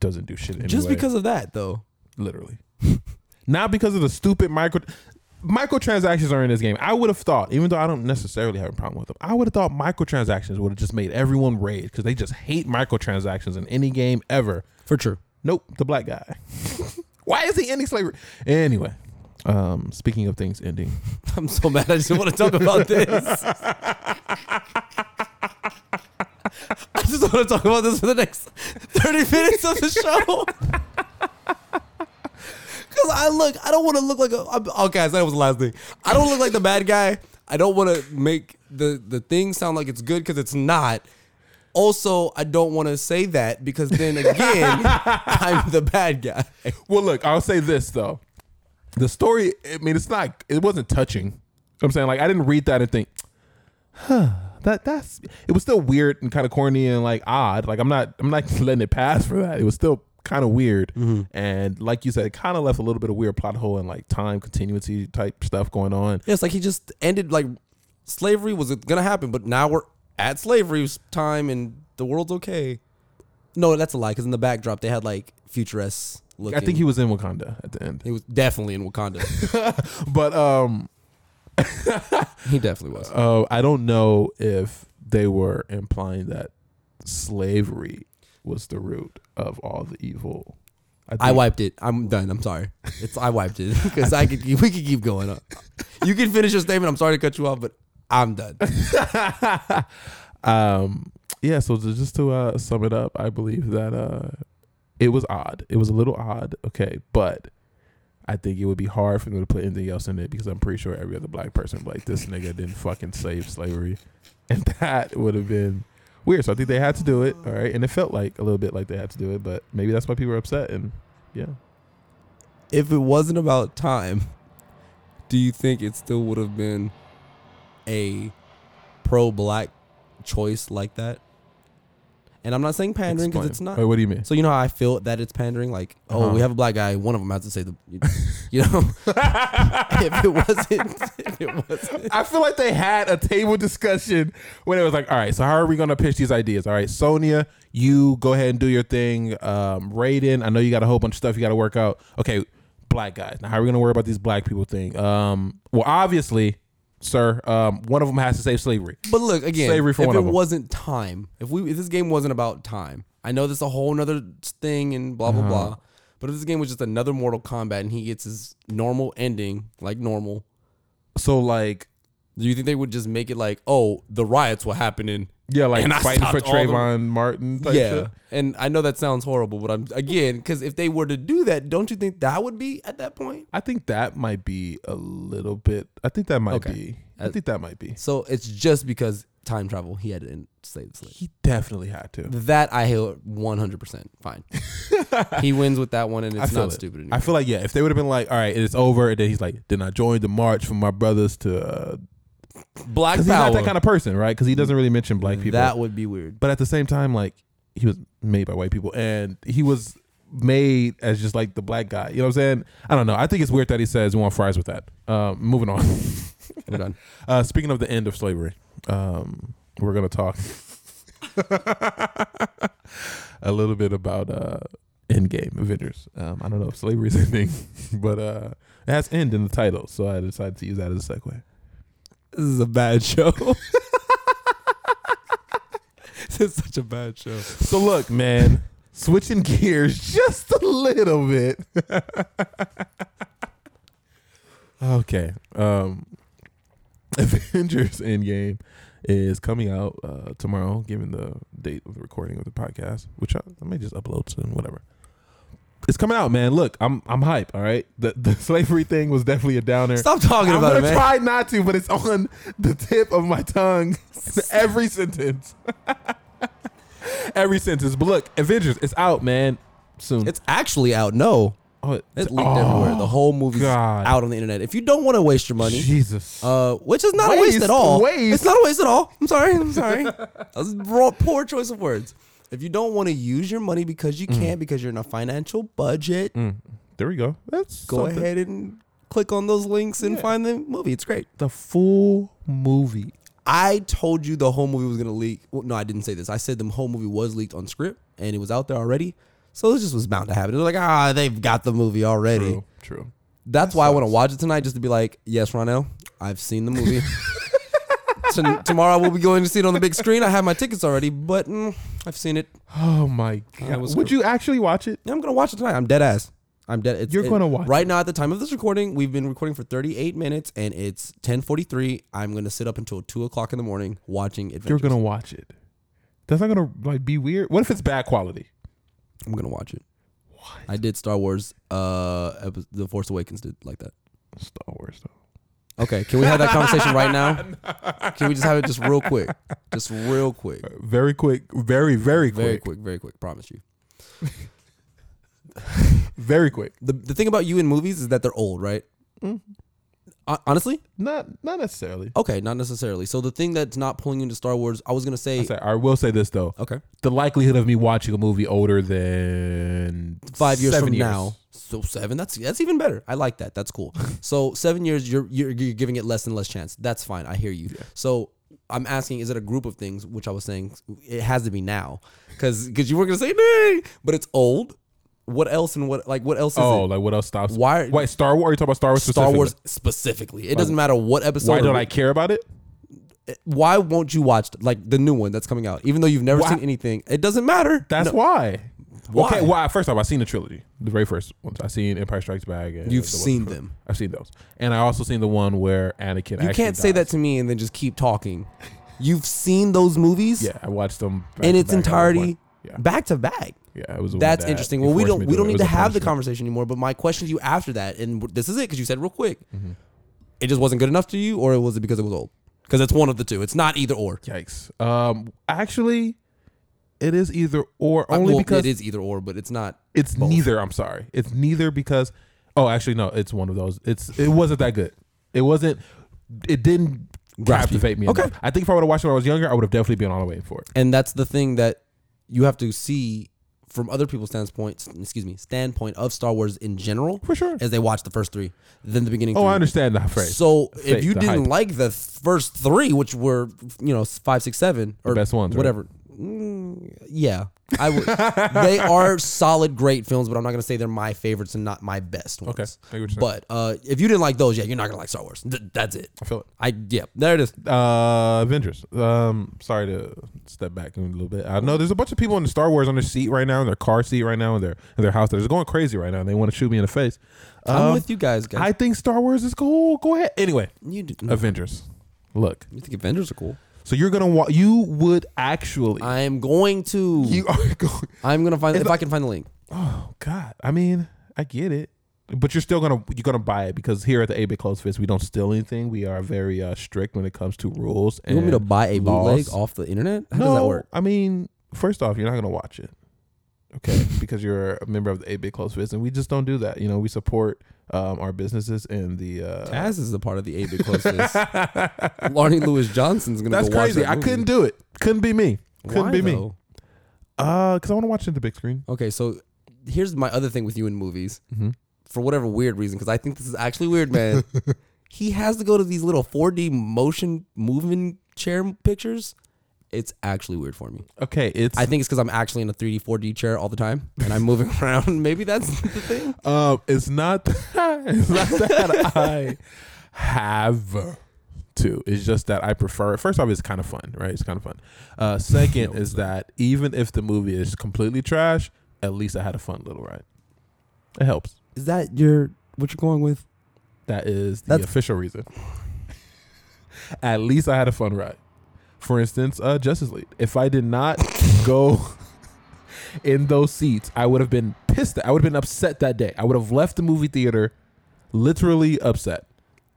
doesn't do shit anyway.
Just because of that, though.
literally, not because of the stupid micro microtransactions are in this game. I would have thought, even though I don't necessarily have a problem with them, I would have thought microtransactions would have just made everyone rage because they just hate microtransactions in any game ever.
For sure.
Nope, the black guy. Why is he ending slavery? Anyway, um, speaking of things ending,
I'm so mad. I just want to talk about this. I just want to talk about this for the next 30 minutes of the show. Because I look, I don't want to look like a. I'm, okay, I said it was the last thing. I don't look like the bad guy. I don't want to make the, the thing sound like it's good because it's not. Also, I don't want to say that because then again, I'm the bad guy.
well, look, I'll say this though, the story. I mean, it's not. It wasn't touching. You know what I'm saying like I didn't read that and think, huh, that that's. It was still weird and kind of corny and like odd. Like I'm not. I'm not letting it pass for that. It was still kind of weird and like you said, it kind of left a little bit of weird plot hole and like time continuity type stuff going on.
Yeah, it's like he just ended like slavery was gonna happen, but now we're at slavery's time and the world's okay. No, that's a lie. Because in the backdrop they had like futurist looking.
I think he was in Wakanda at the end,
he was definitely in Wakanda.
but um.
he definitely was.
Uh, I don't know if they were implying that slavery was the root of all the evil. think-
I wiped it. I'm done. I'm sorry. It's I wiped it because I could. keep- We could keep going up. You can finish your statement. I'm sorry to cut you off, but I'm done.
um, yeah. So ju- just to uh, sum it up, I believe that uh, it was odd. It was a little odd. Okay, but I think it would be hard for them to put anything else in it because I'm pretty sure every other black person would be like this nigga didn't fucking save slavery, and that would have been weird. So I think they had to do it. All right, and it felt like a little bit like they had to do it, but maybe that's why people are upset. And yeah.
If it wasn't about time, do you think it still would have been a pro black choice like that? And I'm not saying pandering because
Explain.
it's not.
Wait, what do you mean?
So you know how I feel that it's pandering. Like, oh,
Uh-huh.
we have a black guy. One of them has to say the, you know, if it wasn't, if it wasn't.
I feel like they had a table discussion when it was like, all right, so how are we going to pitch these ideas? All right, Sonia, you go ahead and do your thing. Um, Raiden, I know you got a whole bunch of stuff you got to work out. Okay, black guys. Now, how are we going to worry about these black people thing? Um, well, obviously, sir, um, one of them has to save slavery.
But look again,
Slavery for
if
one
it
of 'em.
wasn't time, if we if this game wasn't about time, I know this a whole nother thing and blah
Uh-huh.
blah blah. But if this game was just another Mortal Kombat and he gets his normal ending, like normal,
So, like,
do you think they would just make it like, oh, the riots were happening?
yeah, like
And I
fighting for
stopped all the-
Trayvon Martin. Type
yeah.
shit.
And I know that sounds horrible, but I'm again because if they were to do that, don't you think that would be at that point?
I think that might be a little bit. I think that might
Okay. Uh,
be. I think that might be.
So it's just because time travel, he had to end- save the slave.
He definitely had to.
That I hear 100% fine. he wins with that one, and
I
it's
feel
not
it.
stupid anymore.
I feel like yeah, if they would have been like, all right, it's over, and then he's like, then I joined the march from my brothers to. uh 'cause
Black
he's not that kind of person, right? Because he doesn't really mention black people.
Mm, That would be weird.
but at the same time, like he was made by white people, and he was made as just like the black guy. You know what I'm saying? I don't know. I think it's weird that he says we want fries with that. Um, moving on.
We're done.
Uh, speaking of the end of slavery, um, we're gonna talk a little bit about uh, Endgame Avengers. Um, I don't know if slavery is ending, but uh, it has end in the title, so I decided to use that as a segue.
This is a bad show. this is such a bad show.
So look, man, switching gears just a little bit. okay. Um Avengers Endgame is coming out uh tomorrow, given the date of the recording of the podcast, which I, I may just upload soon, whatever. It's coming out, man. Look, I'm I'm hype, all right? The the slavery thing was definitely a downer.
Stop talking
I'm
about
gonna
it, man.
try not to, but it's on the tip of my tongue in every sentence. every sentence. But look, Avengers, it's out, man. Soon.
It's actually out. No,
oh, it-
it's leaked
oh,
everywhere. The whole movie's
God.
out on the internet. If you don't want to waste your money,
Jesus.
uh, which is not a waste
Waste,
at all.
waste.
It's not a waste at all. I'm sorry. I'm sorry. that was a raw- poor choice of words. If you don't want to use your money because
Mm.
you can't because you're in a financial budget,
there we go. That's
go
Mm. something.
ahead and click on those links and
Yeah.
find the movie. It's great.
The full movie.
I told you the whole movie was gonna leak. Well, no, I didn't say this. I said the whole movie was leaked on script and it was out there already. So it just was bound to happen. They're like, ah, they've got the movie already.
True. True.
That's why I want to watch it tonight, just to be like, yes, Ronell, I've seen the movie. Ton- tomorrow we'll be going to see it on the big screen. I have my tickets already, but mm, I've seen it.
Oh my god.
was
Would you actually watch it?
Yeah, I'm gonna watch it tonight. I'm dead ass. I'm dead. It's,
You're
it-
gonna watch
right now at the time of this recording. We've been recording for 38 minutes, and it's 10:43. I'm gonna sit up until two o'clock in the morning watching it.
You're gonna watch it. That's not gonna like be weird. What if it's bad quality?
I'm gonna watch it. I did Star Wars. Uh, epi- the Force Awakens did like that.
Star Wars though.
Okay, can we have that conversation right now? Can we just have it just real quick, just real quick,
Very quick, very, very quick,
very quick, very quick. Promise you.
very quick.
The the thing about you in movies is that they're old, right? Hon- Honestly,
Not, not necessarily.
okay, not necessarily. So the thing that's not pulling you into Star Wars, I was gonna say,
Sorry, I will say this though.
okay,
the likelihood of me watching a movie older than
five years
seven
from now. So seven, that's that's even better. I like that. That's cool. so seven years, you're, you're you're giving it less and less chance. That's fine. I hear you. So I'm asking, is it a group of things? Which I was saying, it has to be now, because you were gonna say nay, but it's old. What else and what like what else is
Oh,
it?
like what else stops?
Why-
Wait, Star Wars? Are you talking about Star Wars?
Star
specifically?
Wars specifically. It doesn't matter what episode.
Why
or
don't
wh-
I care about it?
why won't you watch like the new one that's coming out? Even though you've never
Why-
seen anything, it doesn't matter.
That's
No,
why.
Why?
Okay, why? First off, I seen the trilogy, the very first ones. I seen Empire Strikes Back. And
you've
the one-
seen them.
I've seen those, and I also seen the one where Anakin.
You can't say that to me and then just keep talking. You've seen those movies
Yeah, I watched them back
in
to
its
back. I was
entirety,
like, Yeah,
back to back.
yeah, it was. with my
That's
dad.
interesting.
He
Well, we
forced
don't
me to
we
do
don't
it. It
need
was
to
a
have the
punishment.
conversation anymore. But my question to you after that, and this is it because you said real quick,
Mm-hmm.
it just wasn't good enough to you, or was it because it was old? Because it's one of the two. It's not either or.
Yikes. Um, actually, it is either or
I-
only
well,
because
it is either or, but it's not.
It's neither. I'm sorry. It's neither because oh, actually no, it's one of those. It's it wasn't that good. It wasn't. It didn't
Grasp you.
captivate me.
Okay.
enough. I think if I would have watched it when I was younger, I would have definitely been all the way for it.
and that's the thing that you have to see from other people's standpoint excuse me standpoint of star wars in general
For sure.
as they watch the first three then the beginning
Oh, I
three.
understand that phrase.
so
Fake,
if you
the
didn't
hype.
like the first three which were you know five six seven or
best ones, right?
whatever mm, yeah, I would. they are solid, great films, but I'm not gonna say they're my favorites and not my best ones.
Okay, I get what you're saying.
But uh, if you didn't like those, yeah, you're not gonna like Star Wars. Th- that's it.
I feel it.
I yeah, there it is.
Uh, Avengers. Um, sorry to step back a little bit. I know there's a bunch of people in the Star Wars on their seat right now, in their car seat right now, in their in their house. They're just going crazy right now, and they want to shoot me in the face.
I'm
Um,
with you guys, guys.
I think Star Wars is cool. Go ahead. Anyway,
you, do,
Avengers. Look,
you think Avengers are cool?
so you're gonna wa- you would actually
I'm going to.
you are going.
I'm gonna find if I can find the link.
Oh God, I mean, I get it, but you're still gonna you're gonna buy it because here at the A Bit Close Fist, we don't steal anything. We are very uh, strict when it comes to rules. And
You want me to buy a bootleg
laws.
off the internet? How
no,
does that work?
I mean, first off, you're not gonna watch it, okay? because you're a member of the A Bit Close Fist, and we just don't do that. You know, we support um, our businesses and the. Uh,
Taz is the part of the eight bit closest. Lonnie Lewis Johnson's gonna
that's
go watch
crazy.
that
I
movie.
couldn't do it. Couldn't be me. Couldn't
Why,
be me.
though?
Uh, because I want to watch it in the big screen.
Okay, so here's my other thing with you in movies.
Mhm.
For whatever weird reason, because I think this is actually weird, man. he has to go to these little 4D motion moving chair pictures. It's actually weird for me.
Okay, it's
I think it's because I'm actually in a 3D, 4D chair all the time, and I'm moving around. Maybe that's the thing.
Um, it's not it's not that I have to. It's just that I prefer. First off, it's kind of fun, right? It's kind of fun. Uh, second is that even if the movie is completely trash, at least I had a fun little ride. It helps.
Is that your what you're going with?
That is the
That's-
official reason. At least I had a fun ride. For instance, uh, Justice League. If I did not go in those seats, I would have been pissed. I would have been upset that day. I would have left the movie theater literally upset.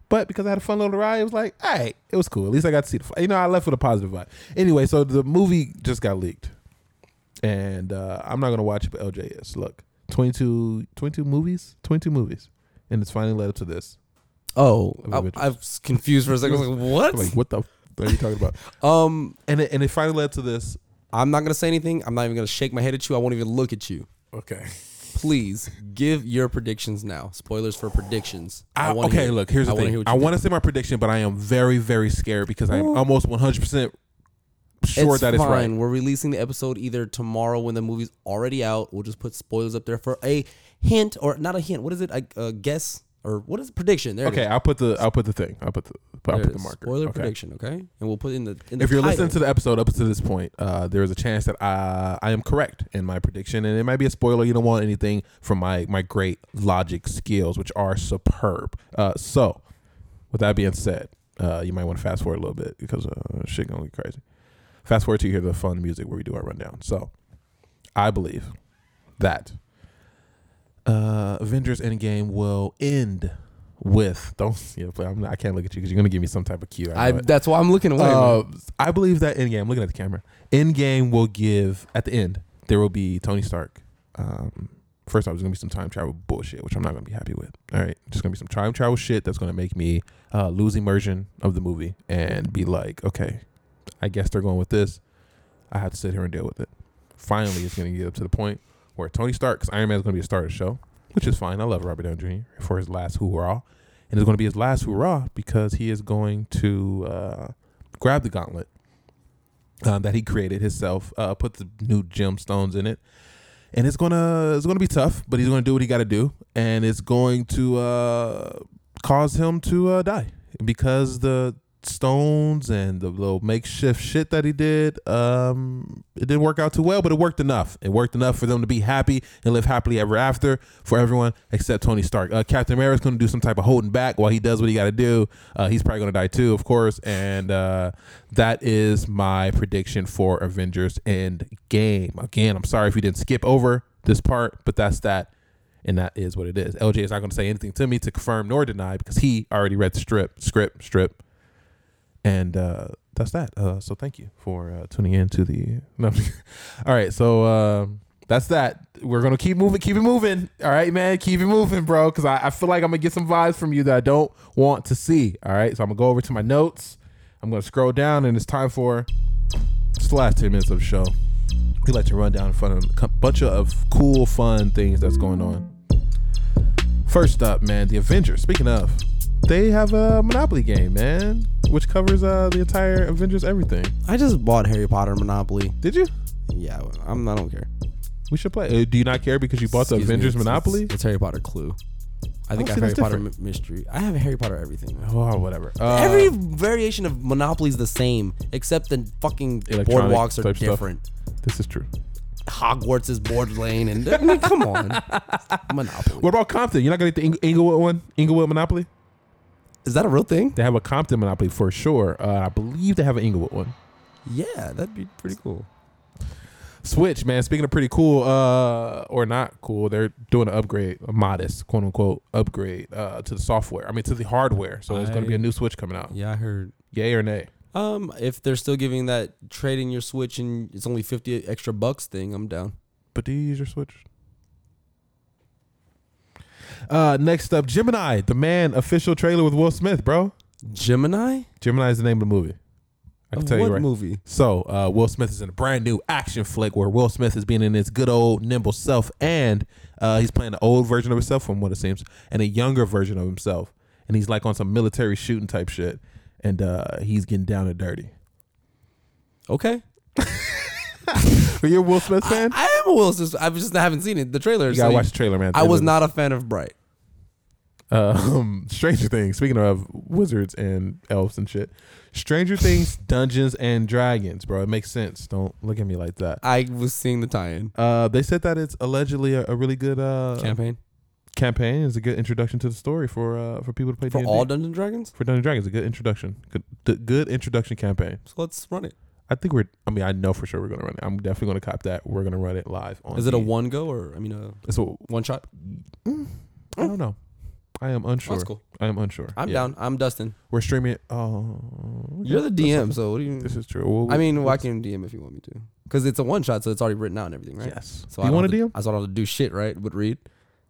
But because I had a fun little ride, it was like, all right, it was cool. At least I got to see the, you know, I left with a positive vibe. Anyway, so the movie just got leaked. And uh, I'm not going to watch it, but LJ is. Look, 22, 22 movies? 22 movies. And it's finally led up to this.
Oh,
Of
I,
Avengers.
I was confused for a second. I was like, what?
I'm like, what the f- are you talking about?
um,
And it, and it finally led to this.
I'm not gonna say anything. I'm not even gonna shake my head at you. I won't even look at you.
Okay.
Please give your predictions now. Spoilers for predictions.
I,
wanna
okay,
hear-
look, here's the
I wanna hear
thing.
what
I
you
want to say my prediction, but I am very, very scared because I am
Well,
almost 100% sure
it's
that it's
fine.
right.
We're releasing the episode either tomorrow when the movie's already out. We'll just put spoilers up there for a hint or not a hint. What is it? I uh, guess or what is it? prediction? There
Okay,
it is.
I'll put the I'll put the thing. I'll put the I'll
There
put
it
the
is.
marker.
Spoiler
Okay.
prediction. Okay, and we'll put in the. In the
If you're
title.
listening to the episode up to this point, uh, there is a chance that I, I am correct in my prediction, and it might be a spoiler. You don't want anything from my my great logic skills, which are superb. Uh, so, with that being said, uh, you might want to fast forward a little bit because uh, shit gonna get crazy. Fast forward to hear the fun music where we do our rundown. So, I believe that uh, Avengers Endgame will end with don't yeah, but I'm not, I can't look at you because you're gonna give me some type of cue. I
I,
know it.
that's why I'm looking away. man.
Uh, I believe that Endgame. I'm looking at the camera. Endgame will give at the end. There will be Tony Stark. Um, first off, there's gonna be some time travel bullshit, which I'm not gonna be happy with. All right, there's gonna be some time travel shit that's gonna make me uh, lose immersion of the movie and be like, okay, I guess they're going with this. I have to sit here and deal with it. Finally, it's gonna get up to the point where Tony Stark, because Iron Man's gonna be a star of the show, which is fine. I love Robert Downey Jr. for his last hoorah, and it's gonna be his last hoorah because he is going to. Uh, grab the gauntlet um, that he created himself, uh, put the new gemstones in it, and it's gonna it's gonna be tough, but he's gonna do what he got to do, and it's going to uh, cause him to uh, die because the stones and the little makeshift shit that he did, um, it didn't work out too well, but it worked enough. It worked enough for them to be happy and live happily ever after for everyone except Tony Stark. Uh, Captain America's going to do some type of holding back while he does what he got to do. Uh, he's probably going to die too, of course. And uh, that is my prediction for Avengers End Game. Again, I'm sorry if you didn't skip over this part, but that's that. And that is what it is. LJ is not going to say anything to me to confirm nor deny because he already read the strip, script, strip, and uh, that's that. Uh, so thank you for uh, tuning in to the. No. All right, so um, that's that. We're gonna keep moving, keep it moving. All right, man, keep it moving, bro. Because I, I feel like I'm gonna get some vibes from you that I don't want to see. All right, so I'm gonna go over to my notes. I'm gonna scroll down, and it's time for it's the last ten minutes of the show. We like to run down in front of a bunch of cool, fun things that's going on. First up, man, the Avengers. Speaking of, they have a Monopoly game, man. which covers uh the entire Avengers everything.
I just bought Harry Potter Monopoly.
Did you?
Yeah, I'm. I don't care.
We should play. Uh, do you not care because you bought the
Excuse me,
Avengers
it's-
Monopoly?
It's, it's Harry Potter Clue. I think
see
I have Harry
that's
Potter mi- mystery. I have Harry Potter everything. man.
Oh, whatever. Uh,
Every variation of Monopoly is the same, except the fucking
Electronic
boardwalks are
type stuff.
different.
this is true.
Hogwarts is board lane, and I mean, come on, Monopoly.
What about Compton? You're not gonna get the Ing- Inglewood one? Inglewood Monopoly?
Is that a real thing?
They have a Compton Monopoly for sure. Uh, I believe they have an Inglewood one.
Yeah, that'd be pretty cool.
Switch, man. Speaking of pretty cool, uh, or not cool, they're doing an upgrade, a modest, quote unquote, upgrade uh, to the software. I mean, to the hardware. So there's going to be a new Switch coming out.
Yeah, I heard.
Yay or nay?
Um, if they're still giving that trading your Switch and it's only fifty extra bucks thing, I'm down.
But do you use your Switch? Uh, next up, Gemini, the man official trailer with Will Smith, bro.
Gemini?
Gemini is the name of the movie. I can
Of
tell
what
you right.
movie?
So uh, Will Smith is in a brand new action flick where Will Smith is being in his good old nimble self, and uh, he's playing the old version of himself, from what it seems, and a younger version of himself, and he's like on some military shooting type shit, and uh, he's getting down and dirty.
Okay.
Are you a Will Smith fan?
I am a Will Smith. I just haven't seen it. The trailer.
you
so
gotta watch the trailer, man.
I was not a fan of Bright.
Um, Stranger Things. Speaking of wizards and elves and shit, Stranger Things, Dungeons and Dragons, bro. It makes sense. Don't look at me like that.
I was seeing the tie-in
Uh, they said that it's allegedly a, a really good uh,
campaign
campaign is a good introduction to the story for uh for people to play
for
D&D.
all Dungeons and Dragons.
for Dungeons and Dragons. A good introduction, good d- good introduction campaign.
So let's run it.
I think we're. I mean, I know for sure we're gonna run it. I'm definitely gonna cop that. We're gonna run it live. On
Is it a
the-
one go or I mean a
It's a-
one shot?
I don't know. I am unsure.
That's cool.
I am unsure.
I'm
Yeah.
down. I'm Dustin.
We're streaming it. Oh,
You're the DM, so what do you?
This is true. We'll-
I mean, well, I
we'll-
can DM if you want me to, because it's a one shot, so it's already written out and everything, right?
Yes.
So
Do
I
you
don't
want to
have
DM?
to- I don't have to do shit, right? But read,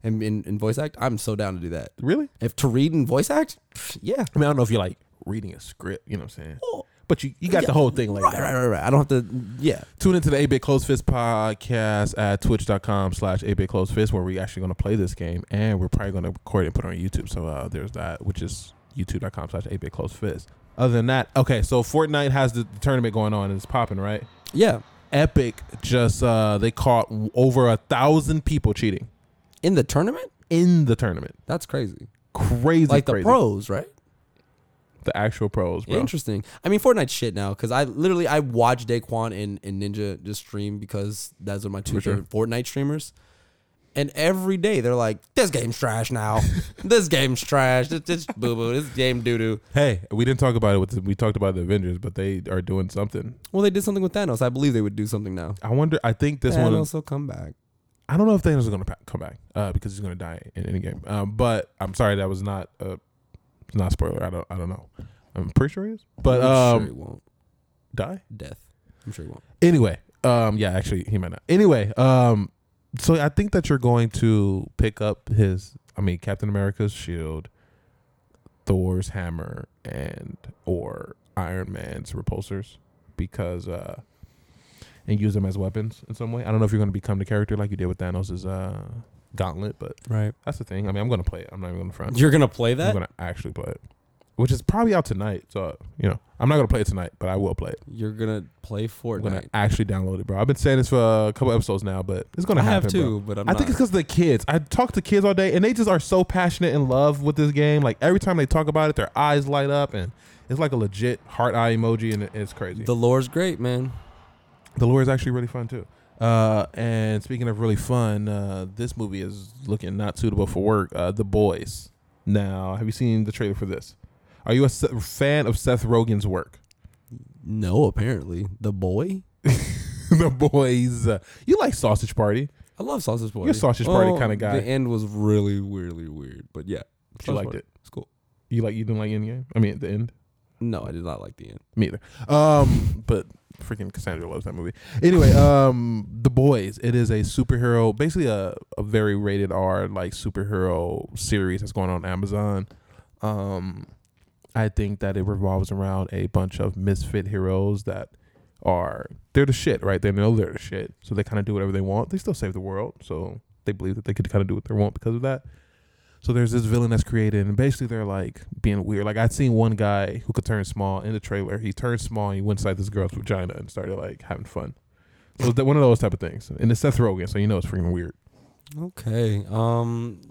and in, in voice act, I'm so down to do that.
Really?
If to read and voice act, pff, yeah.
I mean, I don't know if you're like reading a script. You know what I'm saying? But you you got the whole thing laid
Oh. Right,
out.
right, right, right. I don't have to. Yeah.
Tune into the 8-Bit Close Fist podcast at twitch.com slash 8-Bit Close Fist where we're actually going to play this game and we're probably going to record it and put it on YouTube. So uh, there's that, which is youtube.com slash 8-Bit Close Fist. Other than that, okay, so Fortnite has the tournament going on and it's popping, right?
Yeah.
Epic just, uh, they caught over a thousand people cheating
In the tournament,
in the tournament.
that's crazy.
Crazy,
Like the
crazy.
pros, right?
The actual pros, bro.
Interesting. I mean, Fortnite's shit now because I literally I watch Daquan and, and Ninja just stream because that's what my two
For sure.
favorite Fortnite streamers. And every day they're like, "This game's trash now. this game's trash. This, this boo boo. This game doo doo."
Hey, we didn't talk about it. With the, we talked about the Avengers, but they are doing something.
Well, they did something with Thanos. I believe they would do something now.
I wonder, I think this one.
Thanos will come back.
I don't know if Thanos is going to come back uh, because he's going to die in any game. Um, but I'm sorry that was not uh, it's not a spoiler. I don't I don't know. I'm pretty sure he is, but
I'm
um,
sure he won't.
die
Death. I'm sure he won't.
anyway. Um, yeah, actually he might not. Anyway, um, so I think that you're going to pick up his. I mean, Captain America's shield, Thor's hammer, and or Iron Man's repulsors because uh, and use them as weapons in some way. I don't know if you're going to become the character like you did with Thanos' uh, gauntlet, but.
Right.
That's the thing. I mean, I'm gonna play it. I'm not even gonna front.
You're gonna play
I'm
that?
gonna actually play it, which is probably out tonight. So you know, I'm not gonna play it tonight, but I will play it.
You're gonna play
I'm gonna
Fortnite.
actually download it, bro. I've been saying this for a couple episodes now, but it's gonna
I
happen.
have
bro.
too, but I'm
I
not.
think it's because the kids. I talk to kids all day, and they just are so passionate in love with this game. Like every time they talk about it, their eyes light up, and it's like a legit heart eye emoji, and it- it's crazy.
the lore's great, man.
The lore is actually really fun too. Uh, and speaking of really fun, uh, this movie is looking not suitable for work. Uh, the Boys. Now, have you seen the trailer for this? Are you a Se- fan of Seth Rogen's work?
No, apparently the boy.
the Boys. Uh, you like Sausage Party?
I love Sausage Party. Oh,
You're a Sausage Party kinda guy.
The end was really, really weird, but yeah,
But you
Sausage
liked
Party.
it.
It's cool.
You like you didn't like Endgame? I mean, at the end.
No, I did not like the end.
Me either. Um, but freaking Cassandra loves that movie. Anyway, um, The Boys. It is a superhero, basically a, a very rated R like superhero series that's going on Amazon. Um, I think that it revolves around a bunch of misfit heroes that are they're the shit, right? They know they're the shit, so they kind of do whatever they want. They still save the world, so they believe that they could kind of do what they want because of that. So there's this villain that's created, and basically they're like being weird. Like I'd seen one guy who could turn small in the trailer. He turned small, and he went inside this girl's vagina and started like having fun. So it's one of those type of things. And it's Seth Rogen, so you know it's freaking weird.
Okay. Um,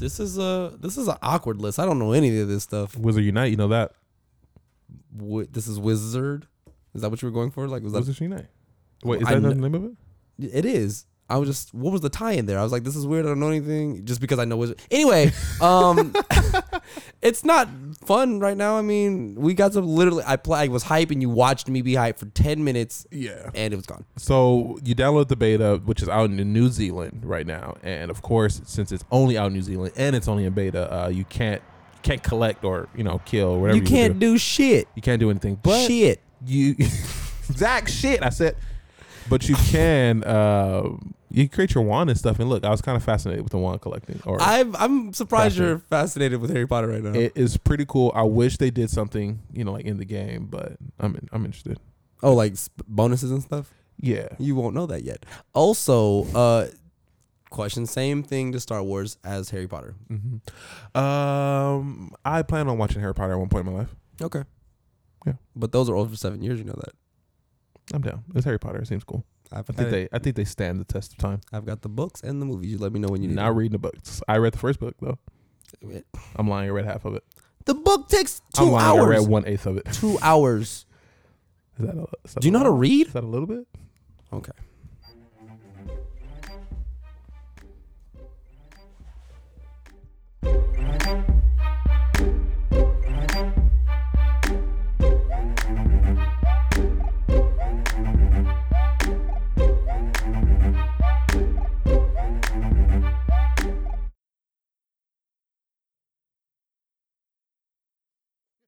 this is a this is an awkward list. I don't know any of this stuff.
Wizard Unite, you know that.
Wi- This is wizard. Is that what you were going for? Like, was that?
Wizard Unite. Wait, is
I
that the
kn-
name of it?
It is. I was just. What was the tie in there? I was like, this is weird. I don't know anything. Just because I know wizard. Anyway, um, it's not fun right now. I mean, we got some. Literally, I play. I was hype, and you watched me be hype for ten minutes,
Yeah.
and it was gone.
So you download the beta, which is out in New Zealand right now, and of course, since it's only out in New Zealand and it's only in beta, uh, you can't can't collect or you know kill or whatever
you
you,
can't
do.
do shit.
You can't do anything. But
shit.
you exact shit. I said, but you can uh, you create your wand and stuff. And look, I was kind of fascinated with the wand collecting. Or
I've, I'm surprised
Fascinated.
you're fascinated with Harry Potter right now.
it is pretty cool. I wish they did something you know like in the game, but I'm I'm interested.
oh, like sp- bonuses and stuff.
Yeah,
You won't know that yet. Also, uh question same thing to Star Wars as Harry Potter.
hmm um, I plan on watching Harry Potter at one point in my life.
Okay.
Yeah.
But those are over 7 years, you know that.
I'm down. It's Harry Potter. It seems cool.
I've
I think they I think they stand the test of time.
I've got the books and the movies. You let me know when you need.
Not reading the books. I read the first book though.
it.
I'm lying. I read half of it.
The book takes 2
I'm lying. I
hours.
read one eighth of it. Is
2 hours.
that a, is that
Do you
a
know how to
lot?
read?
Is that a little bit?
Okay.